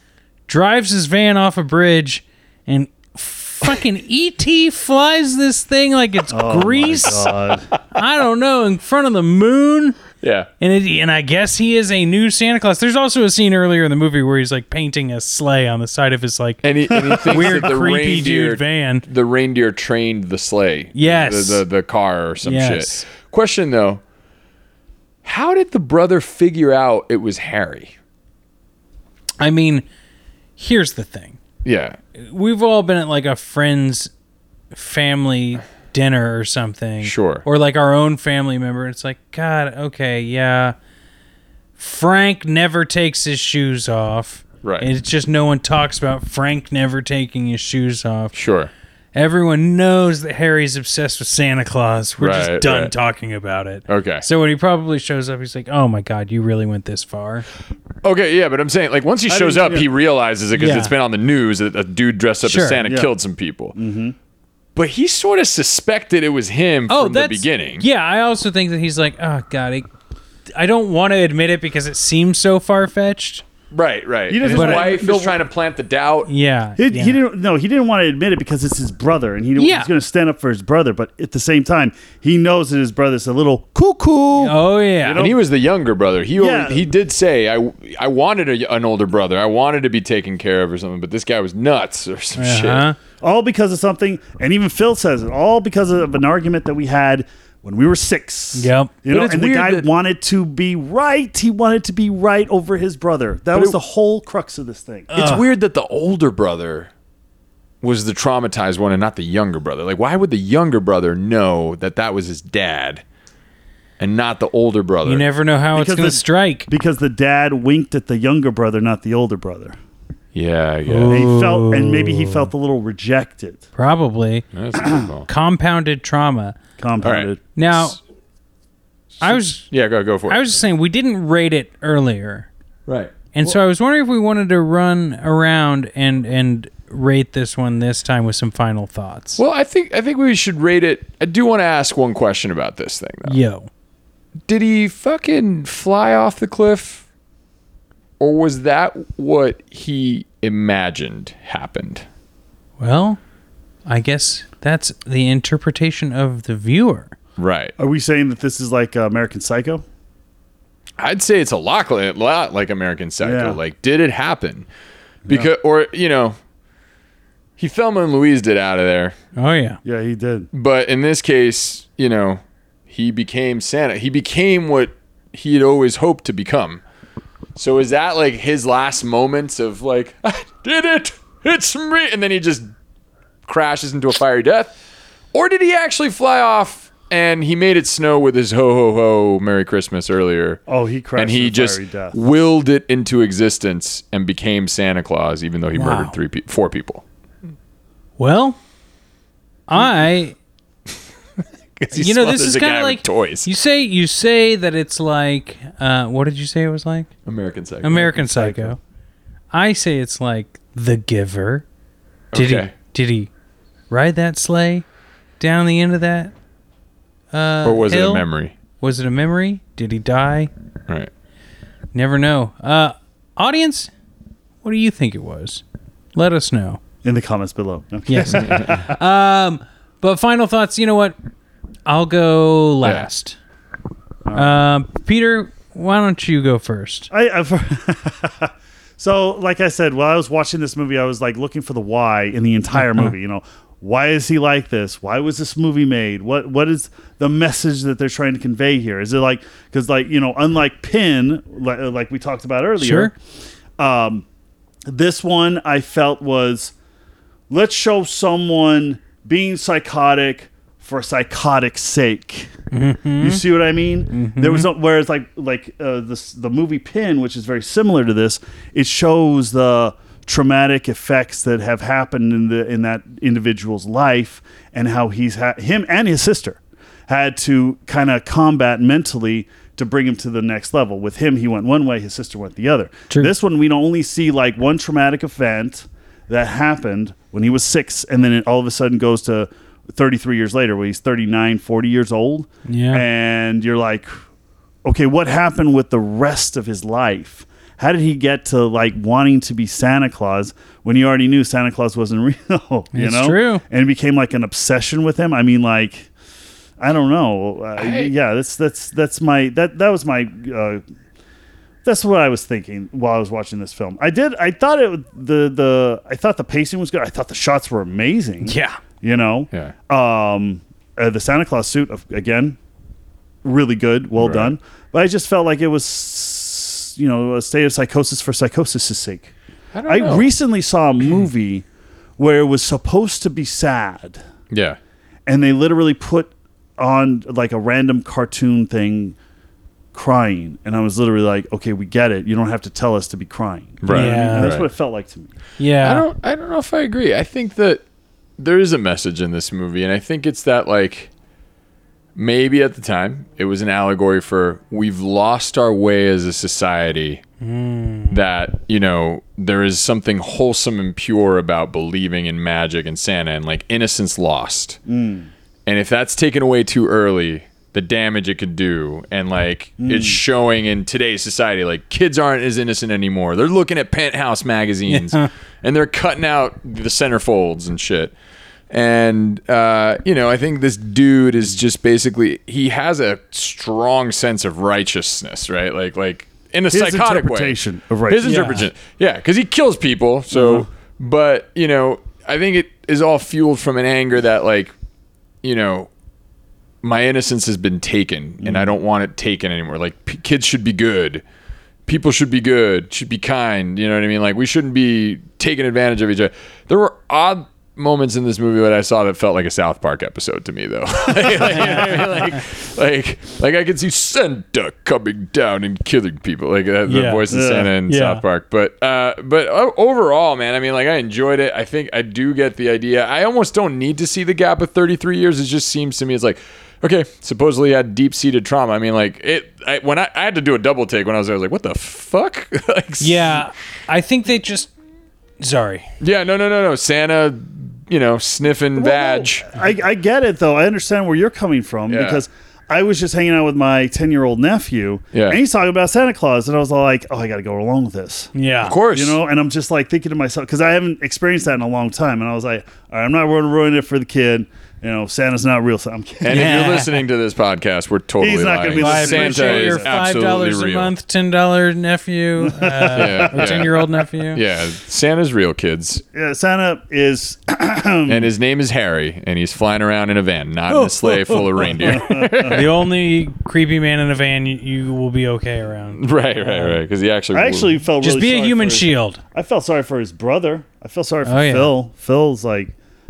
Speaker 4: drives his van off a bridge, and fucking ET flies this thing like it's grease.
Speaker 2: God.
Speaker 4: I don't know in front of the moon.
Speaker 3: Yeah.
Speaker 4: And it, and I guess he is a new Santa Claus. There's also a scene earlier in the movie where he's like painting a sleigh on the side of his like
Speaker 3: And he, and he thinks
Speaker 4: weird
Speaker 3: that the
Speaker 4: creepy
Speaker 3: reindeer,
Speaker 4: dude van.
Speaker 3: the reindeer trained the sleigh.
Speaker 4: Yes.
Speaker 3: The, the, the car or some
Speaker 4: Yes.
Speaker 3: shit. Question though, how did the brother figure out it was Harry?
Speaker 4: I mean, here's the thing.
Speaker 3: Yeah.
Speaker 4: We've all been at like a friend's family dinner or something.
Speaker 3: Sure.
Speaker 4: Or like our own family member. It's like, God, okay, yeah. Frank never takes his shoes off.
Speaker 3: Right.
Speaker 4: It's just no one talks about Frank never taking his shoes off.
Speaker 3: Sure.
Speaker 4: Everyone knows that Harry's obsessed with Santa Claus. We're
Speaker 3: Right,
Speaker 4: just done
Speaker 3: right.
Speaker 4: talking about it.
Speaker 3: Okay.
Speaker 4: So when he probably shows up, he's like, "Oh my God, you really went this far."
Speaker 3: Okay, yeah, but I'm saying like once he shows
Speaker 2: mean,
Speaker 3: up,
Speaker 2: yeah.
Speaker 3: he realizes it because
Speaker 4: Yeah.
Speaker 3: it's been on the news that a dude dressed up
Speaker 4: Sure,
Speaker 3: as Santa
Speaker 2: yeah.
Speaker 3: killed some people. But he sort of suspected it was him
Speaker 4: Oh,
Speaker 3: from the
Speaker 4: that's
Speaker 3: beginning.
Speaker 4: Yeah, I also think that he's like, "Oh God, I, I don't want to admit it because it seems so far fetched."
Speaker 3: Right, right.
Speaker 2: He
Speaker 3: And his
Speaker 2: doesn't- but I-
Speaker 3: wife
Speaker 2: no-
Speaker 3: is trying to plant the doubt.
Speaker 4: Yeah.
Speaker 2: He,
Speaker 4: yeah.
Speaker 2: he didn't. No, he didn't want to admit it because it's his brother, and he knew
Speaker 4: Yeah.
Speaker 2: he's going to stand up for his brother. But at the same time, he knows that his brother's a little cuckoo.
Speaker 4: Oh yeah.
Speaker 3: And he was the younger brother. He always-
Speaker 2: Yeah.
Speaker 3: he did say I I wanted a, an older brother. I wanted to be taken care of or something. But this guy was nuts or some
Speaker 4: uh-huh.
Speaker 2: all because of something, and even Phil says it, all because of an argument that we had when we were six.
Speaker 4: Yep.
Speaker 2: You
Speaker 3: But
Speaker 2: know,
Speaker 3: it's
Speaker 2: and the
Speaker 3: weird
Speaker 2: guy
Speaker 3: that-
Speaker 2: wanted to be right. He wanted to be right over his brother. That was
Speaker 3: it-
Speaker 2: the whole crux of this thing.
Speaker 4: Uh,
Speaker 3: shit. It's weird that the older brother was the traumatized one and not the younger brother. Like, why would the younger brother know that that was his dad and not the older brother?
Speaker 4: You never know how it's
Speaker 2: Because
Speaker 4: gonna
Speaker 2: the-
Speaker 4: strike.
Speaker 2: because the dad winked at the younger brother, not the older brother.
Speaker 3: Yeah, I guess.
Speaker 2: And he felt, and maybe he felt a little rejected,
Speaker 4: Probably
Speaker 3: That's a good call.
Speaker 4: compounded trauma.
Speaker 2: compounded.
Speaker 4: Now, I was
Speaker 3: Yeah, go go for it.
Speaker 4: I was just saying we didn't rate it earlier.
Speaker 3: right.
Speaker 4: And so I was wondering if we wanted to run around and and rate this one this time with some final thoughts.
Speaker 3: Well, I think I think we should rate it. I do want to ask one question about this thing though.
Speaker 4: Yo,
Speaker 3: Did he fucking fly off the cliff, or was that what he imagined happened?
Speaker 4: well, I guess that's the interpretation of the viewer.
Speaker 3: Right.
Speaker 2: Are we saying that this is like uh, American Psycho?
Speaker 3: I'd say it's a lot, li- lot like American Psycho.
Speaker 2: Yeah.
Speaker 3: Like, did it happen? Because, or you know, he Thelma and Louise did out of there.
Speaker 4: Oh yeah,
Speaker 2: Yeah, he did.
Speaker 3: But in this case, you know, he became Santa. He became what he had always hoped to become. So is that like his last moments of like, I did it, it's me, and then he just crashes into a fiery death, or did he actually fly off and he made it snow with his ho ho ho Merry Christmas earlier?
Speaker 2: Oh, he crashed.
Speaker 3: and he
Speaker 2: the
Speaker 3: just
Speaker 2: fiery death.
Speaker 3: willed it into existence and became Santa Claus, even though he
Speaker 4: Wow.
Speaker 3: murdered three, pe- four people.
Speaker 4: Well, I
Speaker 3: 'Cause he
Speaker 4: you know, this
Speaker 3: smothers
Speaker 4: is
Speaker 3: a
Speaker 4: kind
Speaker 3: guy
Speaker 4: of
Speaker 3: with
Speaker 4: like
Speaker 3: toys.
Speaker 4: You say you say that it's like uh, what did you say it was like?
Speaker 3: American Psycho.
Speaker 4: American Psycho. I say it's like The Giver. Did
Speaker 3: Okay.
Speaker 4: he did he ride that sleigh down the end of that? Uh,
Speaker 3: Or was it
Speaker 4: hill?
Speaker 3: a memory?
Speaker 4: Was it a memory? Did he die?
Speaker 3: All right.
Speaker 4: Never know. Uh, audience, what do you think it was? Let us know.
Speaker 2: in the comments below. Okay.
Speaker 4: Yes. um, but final thoughts. You know what? I'll go last. Um, Peter, why don't you go first?
Speaker 2: I, I've, so, like I said, while I was watching this movie, I was like looking for the why in the entire movie. You know, why is he like this? Why was this movie made? What What is the message that they're trying to convey here? Is it like because like you know, unlike Pin, like, like we talked about earlier, um, this one I felt was let's show someone being psychotic for psychotic's sake. You
Speaker 4: Mm-hmm.
Speaker 2: see what I mean? There was no, whereas like like uh, this the movie Pin, which is very similar to this, it shows the traumatic effects that have happened in the in that individual's life and how he's ha- him and his sister had to kind of combat mentally to bring him to the next level. With him, he went one way; his sister went the other.
Speaker 4: True.
Speaker 2: This one, we only see like one traumatic event that happened when he was six, and then it all of a sudden goes to 33 years later, when he's 39, 40 years old.
Speaker 4: Yeah.
Speaker 2: And you're like, okay, what happened with the rest of his life? How did he get to like wanting to be Santa Claus when he already knew Santa Claus wasn't real? You
Speaker 4: It's
Speaker 2: know,
Speaker 4: true.
Speaker 2: And it became like an obsession with him. I mean, like, I don't know. Uh, yeah, that's that's that's my that that was my uh, that's what I was thinking while I was watching this film. I did I thought it the the I thought the pacing was good. I thought the shots were amazing.
Speaker 4: Yeah.
Speaker 2: You know.
Speaker 3: Yeah.
Speaker 2: Um, uh, the Santa Claus suit of, again, really good, well
Speaker 3: Right.
Speaker 2: done. But I just felt like it was you know a state of psychosis for psychosis' sake.
Speaker 3: I don't
Speaker 2: I
Speaker 3: know.
Speaker 2: recently saw a movie where it was supposed to be sad
Speaker 3: yeah.
Speaker 2: and they literally put on like a random cartoon thing crying and i was literally like okay we get it you don't have to tell us to be crying
Speaker 3: Right.
Speaker 4: Yeah.
Speaker 2: And that's
Speaker 3: Right.
Speaker 2: what it felt like to me
Speaker 4: Yeah.
Speaker 3: I don't I don't know if I agree. I think that there is a message in this movie and I think it's that like maybe at the time it was an allegory for we've lost our way as a society that, you know, there is something wholesome and pure about believing in magic and Santa and like innocence lost. And if that's taken away too early, the damage it could do and like
Speaker 2: Mm.
Speaker 3: it's showing in today's society like kids aren't as innocent anymore they're looking at penthouse magazines and they're cutting out the centerfolds and shit and uh, you know i think this dude is just basically he has a strong sense of righteousness right like like in a
Speaker 2: His
Speaker 3: psychotic
Speaker 2: interpretation
Speaker 3: way
Speaker 2: of righteousness.
Speaker 3: his interpretation yeah because he kills people so but you know i think it is all fueled from an anger that like you know my innocence has been taken and I don't want it taken anymore. Like p- kids should be good. People should be good, should be kind, you know what I mean? Like we shouldn't be taking advantage of each other. There were odd moments in this movie that I saw that felt like a South Park episode to me though. like, like, you know what I mean? like, like like I could see Santa coming down and killing people. Like that, the
Speaker 4: Yeah.
Speaker 3: voice of
Speaker 2: Yeah.
Speaker 3: Santa in
Speaker 4: Yeah.
Speaker 3: South Park. But uh but o- overall, man, I mean like I enjoyed it. I think I do get the idea. I almost don't need to see the gap of 33 years. It just seems to me it's like okay, supposedly had deep seated trauma. I mean, like it. I, when I, I had to do a double take when I was there, I was like, "What the fuck?" like, s-
Speaker 4: yeah. I think they just. Sorry.
Speaker 3: yeah, no, no, no, no. Santa, you know, sniffing vag.
Speaker 2: I, I get it though. I understand where you're coming from
Speaker 3: Yeah.
Speaker 2: because I was just hanging out with my 10 year old nephew
Speaker 3: Yeah.
Speaker 2: and he's talking about Santa Claus. And I was all like, oh, I got to go along with this.
Speaker 4: Yeah.
Speaker 3: Of course,
Speaker 2: You know, and I'm just like thinking to myself because I haven't experienced that in a long time. And I was like, all right, I'm not going to ruin it for the kid. You know, Santa's not real. So I'm kidding.
Speaker 3: And if
Speaker 4: Yeah.
Speaker 3: you're listening to this podcast, we're totally
Speaker 2: He's not gonna
Speaker 3: lying.
Speaker 2: be
Speaker 4: I
Speaker 2: listening.
Speaker 3: Santa
Speaker 4: appreciate
Speaker 3: is
Speaker 4: your five dollars a
Speaker 3: absolutely real.
Speaker 4: month, ten dollar nephew, uh,
Speaker 3: Yeah,
Speaker 4: or ten year old nephew.
Speaker 3: Yeah, Santa's real, kids,
Speaker 2: Yeah, Santa is
Speaker 3: and his name is Harry, and he's flying around in a van, not in a sleigh full of reindeer.
Speaker 4: The only creepy man in a van you, you will be okay around.
Speaker 3: right, right, right. Because he actually,
Speaker 2: I actually felt
Speaker 4: Just
Speaker 2: really
Speaker 4: be a
Speaker 2: sorry
Speaker 4: human
Speaker 2: for his-
Speaker 4: shield.
Speaker 2: I felt sorry for his brother. I felt sorry for
Speaker 4: Oh, yeah.
Speaker 2: Phil. Phil's like,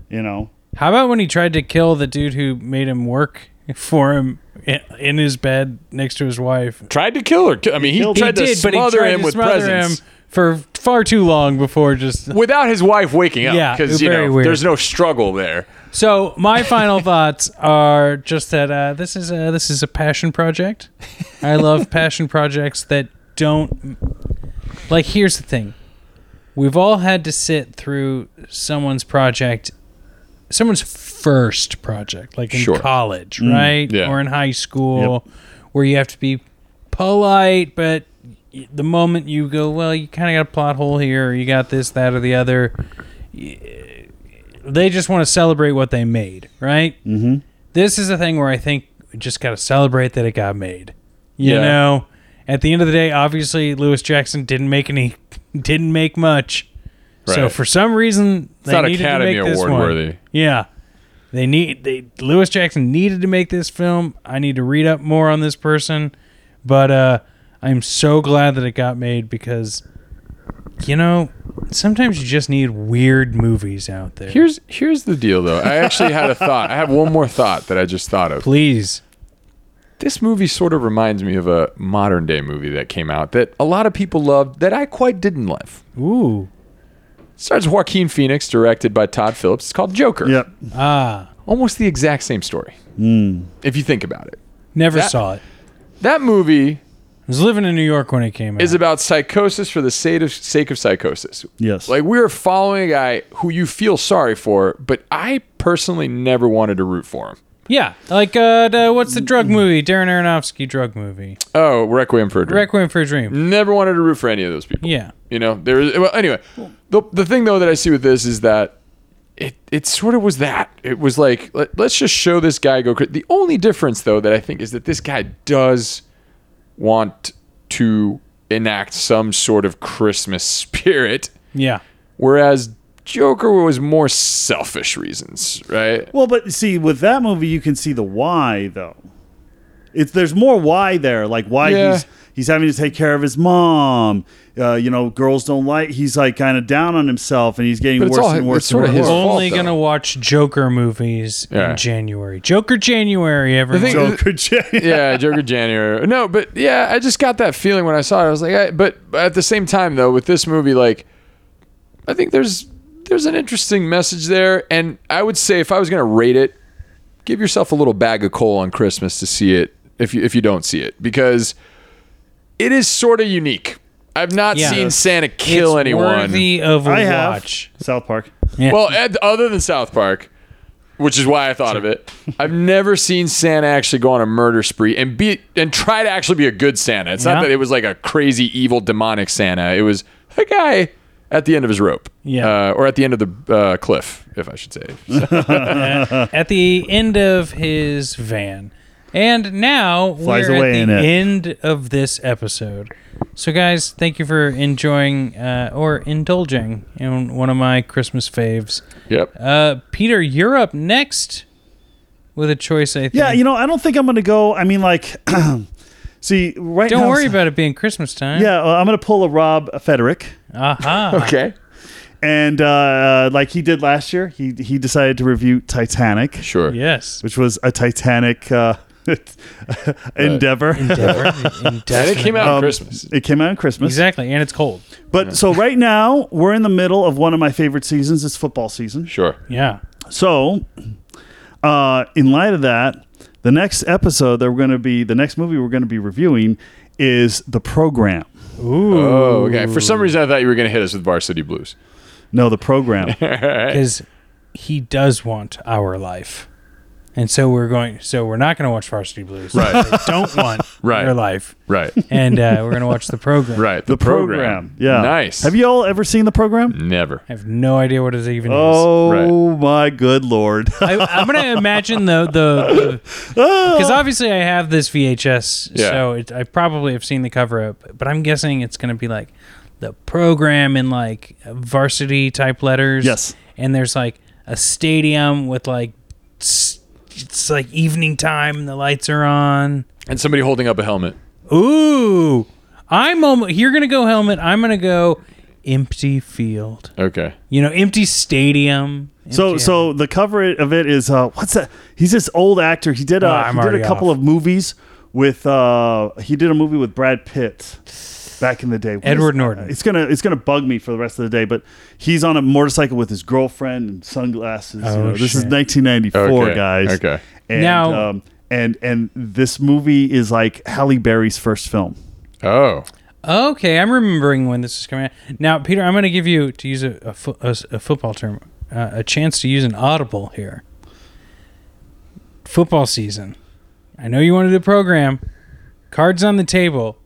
Speaker 2: you know,
Speaker 4: How about when he tried to kill the dude who made him work for him in, in his bed next to his wife?
Speaker 3: tried to kill her. I mean, he,
Speaker 2: killed-
Speaker 3: tried to smother him with presents.
Speaker 4: for far too long before just.
Speaker 3: without his wife waking up.
Speaker 4: Yeah,
Speaker 3: because you
Speaker 4: very
Speaker 3: know
Speaker 4: weird.
Speaker 3: there's no struggle there.
Speaker 4: So my final thoughts are just that uh, this is a, this is a passion project. I love passion projects that don't. Like, here's the thing: we've all had to sit through someone's project, someone's first project, like in
Speaker 3: Sure.
Speaker 4: college, right,
Speaker 3: Mm. yeah.
Speaker 4: or in high school, where you have to be polite, but y- the moment you go, well, you kind of got a plot hole here, or you got this, that, or the other. y- They just want to celebrate what they made, right? Mm-hmm. This is a thing where I think we just got to celebrate that it got made. You
Speaker 3: Yeah.
Speaker 4: know, at the end of the day, obviously Lewis Jackson didn't make any, didn't make much. So
Speaker 3: Right.
Speaker 4: for some reason, they
Speaker 3: not
Speaker 4: needed
Speaker 3: Academy
Speaker 4: to make this
Speaker 3: Award
Speaker 4: one.
Speaker 3: worthy.
Speaker 4: Yeah, they need they Lewis Jackson needed to make this film. I need to read up more on this person, but uh, I'm so glad that it got made because, you know, sometimes you just need weird movies out there.
Speaker 3: Here's here's the deal though. I actually had a thought. I have one more thought that I just thought of.
Speaker 4: Please,
Speaker 3: This movie sort of reminds me of a modern day movie that came out that a lot of people loved that I quite didn't love.
Speaker 4: ooh,
Speaker 3: It stars Joaquin Phoenix, directed by Todd Phillips. It's called Joker.
Speaker 2: Yep.
Speaker 4: ah,
Speaker 3: Almost the exact same story.
Speaker 2: Hmm.
Speaker 3: If you think about it.
Speaker 4: never
Speaker 3: That-
Speaker 4: saw it.
Speaker 3: That movie
Speaker 4: I was living in New York when it came out.
Speaker 3: is about psychosis for the sake of, sake of psychosis.
Speaker 2: Yes.
Speaker 3: Like we're following a guy who you feel sorry for, but I personally never wanted to root for him.
Speaker 4: yeah, like uh, the, what's the drug movie? Darren Aronofsky drug movie,
Speaker 3: Oh, Requiem for a Dream.
Speaker 4: Requiem for a Dream.
Speaker 3: never wanted to root for any of those people.
Speaker 4: Yeah,
Speaker 3: You know, there is. Well, anyway, the the thing though that I see with this is that it it sort of was that it was like let, let's just show this guy go. cra- The only difference though that I think is that this guy does want to enact some sort of Christmas spirit,
Speaker 4: yeah.
Speaker 3: whereas Joker was more selfish reasons, right?
Speaker 2: Well, but see, with that movie, you can see the why though. It's there's more why there, like why
Speaker 3: Yeah.
Speaker 2: he's he's having to take care of his mom. Uh, you know, girls don't like. He's like kind of down on himself, and he's getting
Speaker 3: But it's
Speaker 2: worse
Speaker 3: all-
Speaker 2: and
Speaker 3: it's
Speaker 2: worse
Speaker 3: sort
Speaker 2: and
Speaker 3: of his
Speaker 2: worse.
Speaker 3: fault,
Speaker 4: only
Speaker 3: though.
Speaker 4: gonna watch Joker movies
Speaker 3: Yeah.
Speaker 4: in January. Joker January, everyone.
Speaker 3: thing-
Speaker 2: Joker J.
Speaker 3: yeah, Joker January. No, but yeah, I just got that feeling when I saw it. I was like, I, but at the same time though, with this movie, like, I think there's there's an interesting message there, and I would say if I was gonna rate it, give yourself a little bag of coal on Christmas to see it if you if you don't see it because it is sort of unique. I've not
Speaker 4: Yeah.
Speaker 3: seen
Speaker 4: Yes.
Speaker 3: Santa kill
Speaker 4: it's
Speaker 3: anyone.
Speaker 4: Worthy of a
Speaker 2: I have
Speaker 4: watch.
Speaker 2: South Park.
Speaker 3: Well, and other than South Park, which is why I thought of it, I've never seen Santa actually go on a murder spree and be and try to actually be a good Santa. It's
Speaker 4: Yeah.
Speaker 3: not that it was like a crazy, evil, demonic Santa. It was a guy at the end of his rope,
Speaker 4: Yeah.
Speaker 3: uh, or at the end of the uh, cliff, if I should say.
Speaker 4: At the end of his van. And now
Speaker 2: Flies
Speaker 4: we're
Speaker 2: away
Speaker 4: at
Speaker 2: in
Speaker 4: the
Speaker 2: it.
Speaker 4: end of this episode. So guys, thank you for enjoying uh, or indulging in one of my Christmas faves.
Speaker 3: yep.
Speaker 4: Uh, Peter, you're up next with a choice I think.
Speaker 2: Yeah, you know, I don't think I'm gonna go. I mean, like, see, right now.
Speaker 4: Don't worry about it being Christmas time.
Speaker 2: Yeah, well, I'm gonna pull a Rob Federick,
Speaker 4: Aha.
Speaker 3: okay.
Speaker 2: and uh, like he did last year, he he decided to review Titanic,
Speaker 3: Sure.
Speaker 4: Yes.
Speaker 2: which was a Titanic uh, endeavor.
Speaker 4: Endeavor.
Speaker 3: And it came out on
Speaker 2: Um,
Speaker 3: Christmas.
Speaker 2: It came out on Christmas.
Speaker 4: Exactly, and it's cold.
Speaker 2: But so right now we're in the middle of one of my favorite seasons. It's football season.
Speaker 3: Sure.
Speaker 4: Yeah.
Speaker 2: So, uh, in light of that, the next episode that we're going to be the next movie we're going to be reviewing is the program.
Speaker 3: Oh, okay. For some reason, I thought you were going to hit us with Varsity Blues.
Speaker 2: No, the program.
Speaker 4: because he does want our life. And so we're going. So we're not going to watch Varsity Blues.
Speaker 3: Right.
Speaker 4: I don't want
Speaker 3: Right.
Speaker 4: your life.
Speaker 3: Right.
Speaker 4: And uh, we're going to watch the program.
Speaker 3: Right.
Speaker 2: the program. Yeah.
Speaker 3: Nice.
Speaker 2: Have you all ever seen the program?
Speaker 3: Never.
Speaker 4: I have no idea what it even is.
Speaker 2: Oh my good lord!
Speaker 4: I, I'm going to imagine the the because obviously I have this VHS,
Speaker 3: Yeah.
Speaker 4: so it, I probably have seen the cover up. But I'm guessing it's going to be like the program in like varsity type letters.
Speaker 2: Yes.
Speaker 4: and there's like a stadium with like s- it's like evening time and the lights are on.
Speaker 3: And somebody holding up a helmet.
Speaker 4: Ooh, I'm almost. You're gonna go helmet. I'm gonna go empty field.
Speaker 3: Okay.
Speaker 4: You know, empty stadium.
Speaker 2: So,
Speaker 4: empty-
Speaker 2: so the cover of it is uh, what's that? He's this old actor. He did
Speaker 4: Oh,
Speaker 2: uh,
Speaker 4: I'm
Speaker 2: he did
Speaker 4: already
Speaker 2: a couple
Speaker 4: off.
Speaker 2: of movies with uh, he did a movie with Brad Pitt. back in the day. What
Speaker 4: Edward
Speaker 2: is- Uh,
Speaker 4: Norton.
Speaker 2: It's gonna it's gonna bug me for the rest of the day, but he's on a motorcycle with his girlfriend and sunglasses. you
Speaker 4: Oh,
Speaker 2: know. This is
Speaker 4: shit.
Speaker 2: 1994,
Speaker 3: Okay,
Speaker 2: guys.
Speaker 3: okay.
Speaker 2: And,
Speaker 4: Now-
Speaker 2: um, and and this movie is like Halle Berry's first film.
Speaker 3: Oh,
Speaker 4: Okay, I'm remembering when this is coming out. Now, Peter, I'm going to give you, to use a, a, fo- a s- a football term, uh, a chance to use an audible here. Football season. I know you wanted to program. Cards on the table.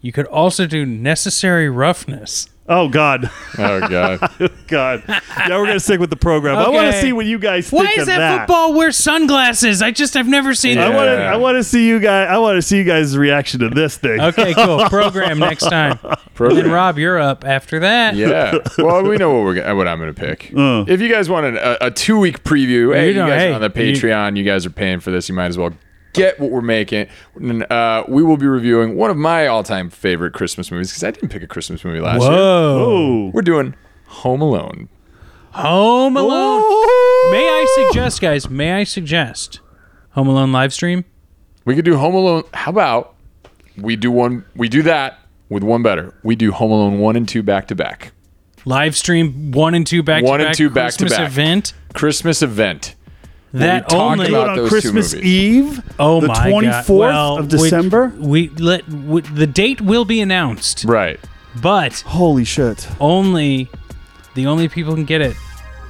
Speaker 4: You could also do necessary roughness.
Speaker 2: Oh God,
Speaker 3: oh god.
Speaker 2: God! Yeah, we're gonna stick with the program. I want to
Speaker 4: Okay.
Speaker 2: see what you guys
Speaker 4: Why
Speaker 2: think
Speaker 4: is
Speaker 2: of
Speaker 4: that, football wear sunglasses? I just, I've never seen
Speaker 2: I
Speaker 3: Yeah.
Speaker 2: want to I want to see you guys. I want to see you guys' reaction to this thing.
Speaker 4: that. Okay, cool. Program next time.
Speaker 3: Program.
Speaker 4: And Rob, you're up after that.
Speaker 3: Yeah. Well, we know what we're gonna, what I'm going to pick. If you guys want an, a, a two week preview, hey, you,
Speaker 4: don't-
Speaker 3: guys
Speaker 4: Uh. hey,
Speaker 3: are on the
Speaker 4: you-
Speaker 3: Patreon. You, guys are paying for this. You might as well get what we're making. And, Uh, we will be reviewing one of my all time favorite Christmas movies because I didn't pick a Christmas movie last year.
Speaker 4: Whoa.
Speaker 2: Oh,
Speaker 3: We're doing Home Alone.
Speaker 4: Home Alone. May I suggest, guys? May I suggest Home Alone live stream?
Speaker 3: We could do Home Alone. How about we do one? We do that with one better. We do Home Alone one and two back to back.
Speaker 4: Live stream one and two back
Speaker 3: One
Speaker 4: to
Speaker 3: and
Speaker 4: back
Speaker 3: two back to
Speaker 4: Christmas
Speaker 3: back.
Speaker 4: event.
Speaker 3: Christmas event.
Speaker 4: That
Speaker 3: talk
Speaker 4: only.
Speaker 3: about
Speaker 2: on
Speaker 3: those two
Speaker 2: Christmas
Speaker 3: movies.
Speaker 2: Eve,
Speaker 4: oh
Speaker 2: the
Speaker 4: my God.
Speaker 2: 24th
Speaker 4: Well,
Speaker 2: of
Speaker 4: we-
Speaker 2: December.
Speaker 4: We, let we, the date will be announced,
Speaker 3: Right.
Speaker 4: but
Speaker 2: Holy shit!
Speaker 4: only the only people who can get it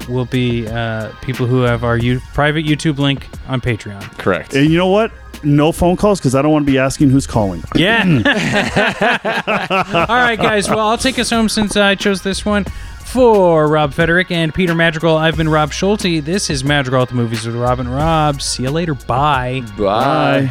Speaker 4: will be uh, people who have our you private YouTube link on Patreon.
Speaker 3: Correct.
Speaker 2: And you know what? No phone calls because I don't want to be asking who's calling.
Speaker 4: Yeah. All right, guys. Well, I'll take us home since I chose this one. For Rob Federick and Peter Madrigal, I've been Rob Schulte. This is Madrigal at the Movies with Rob and Rob. See you later. Bye.
Speaker 3: Bye.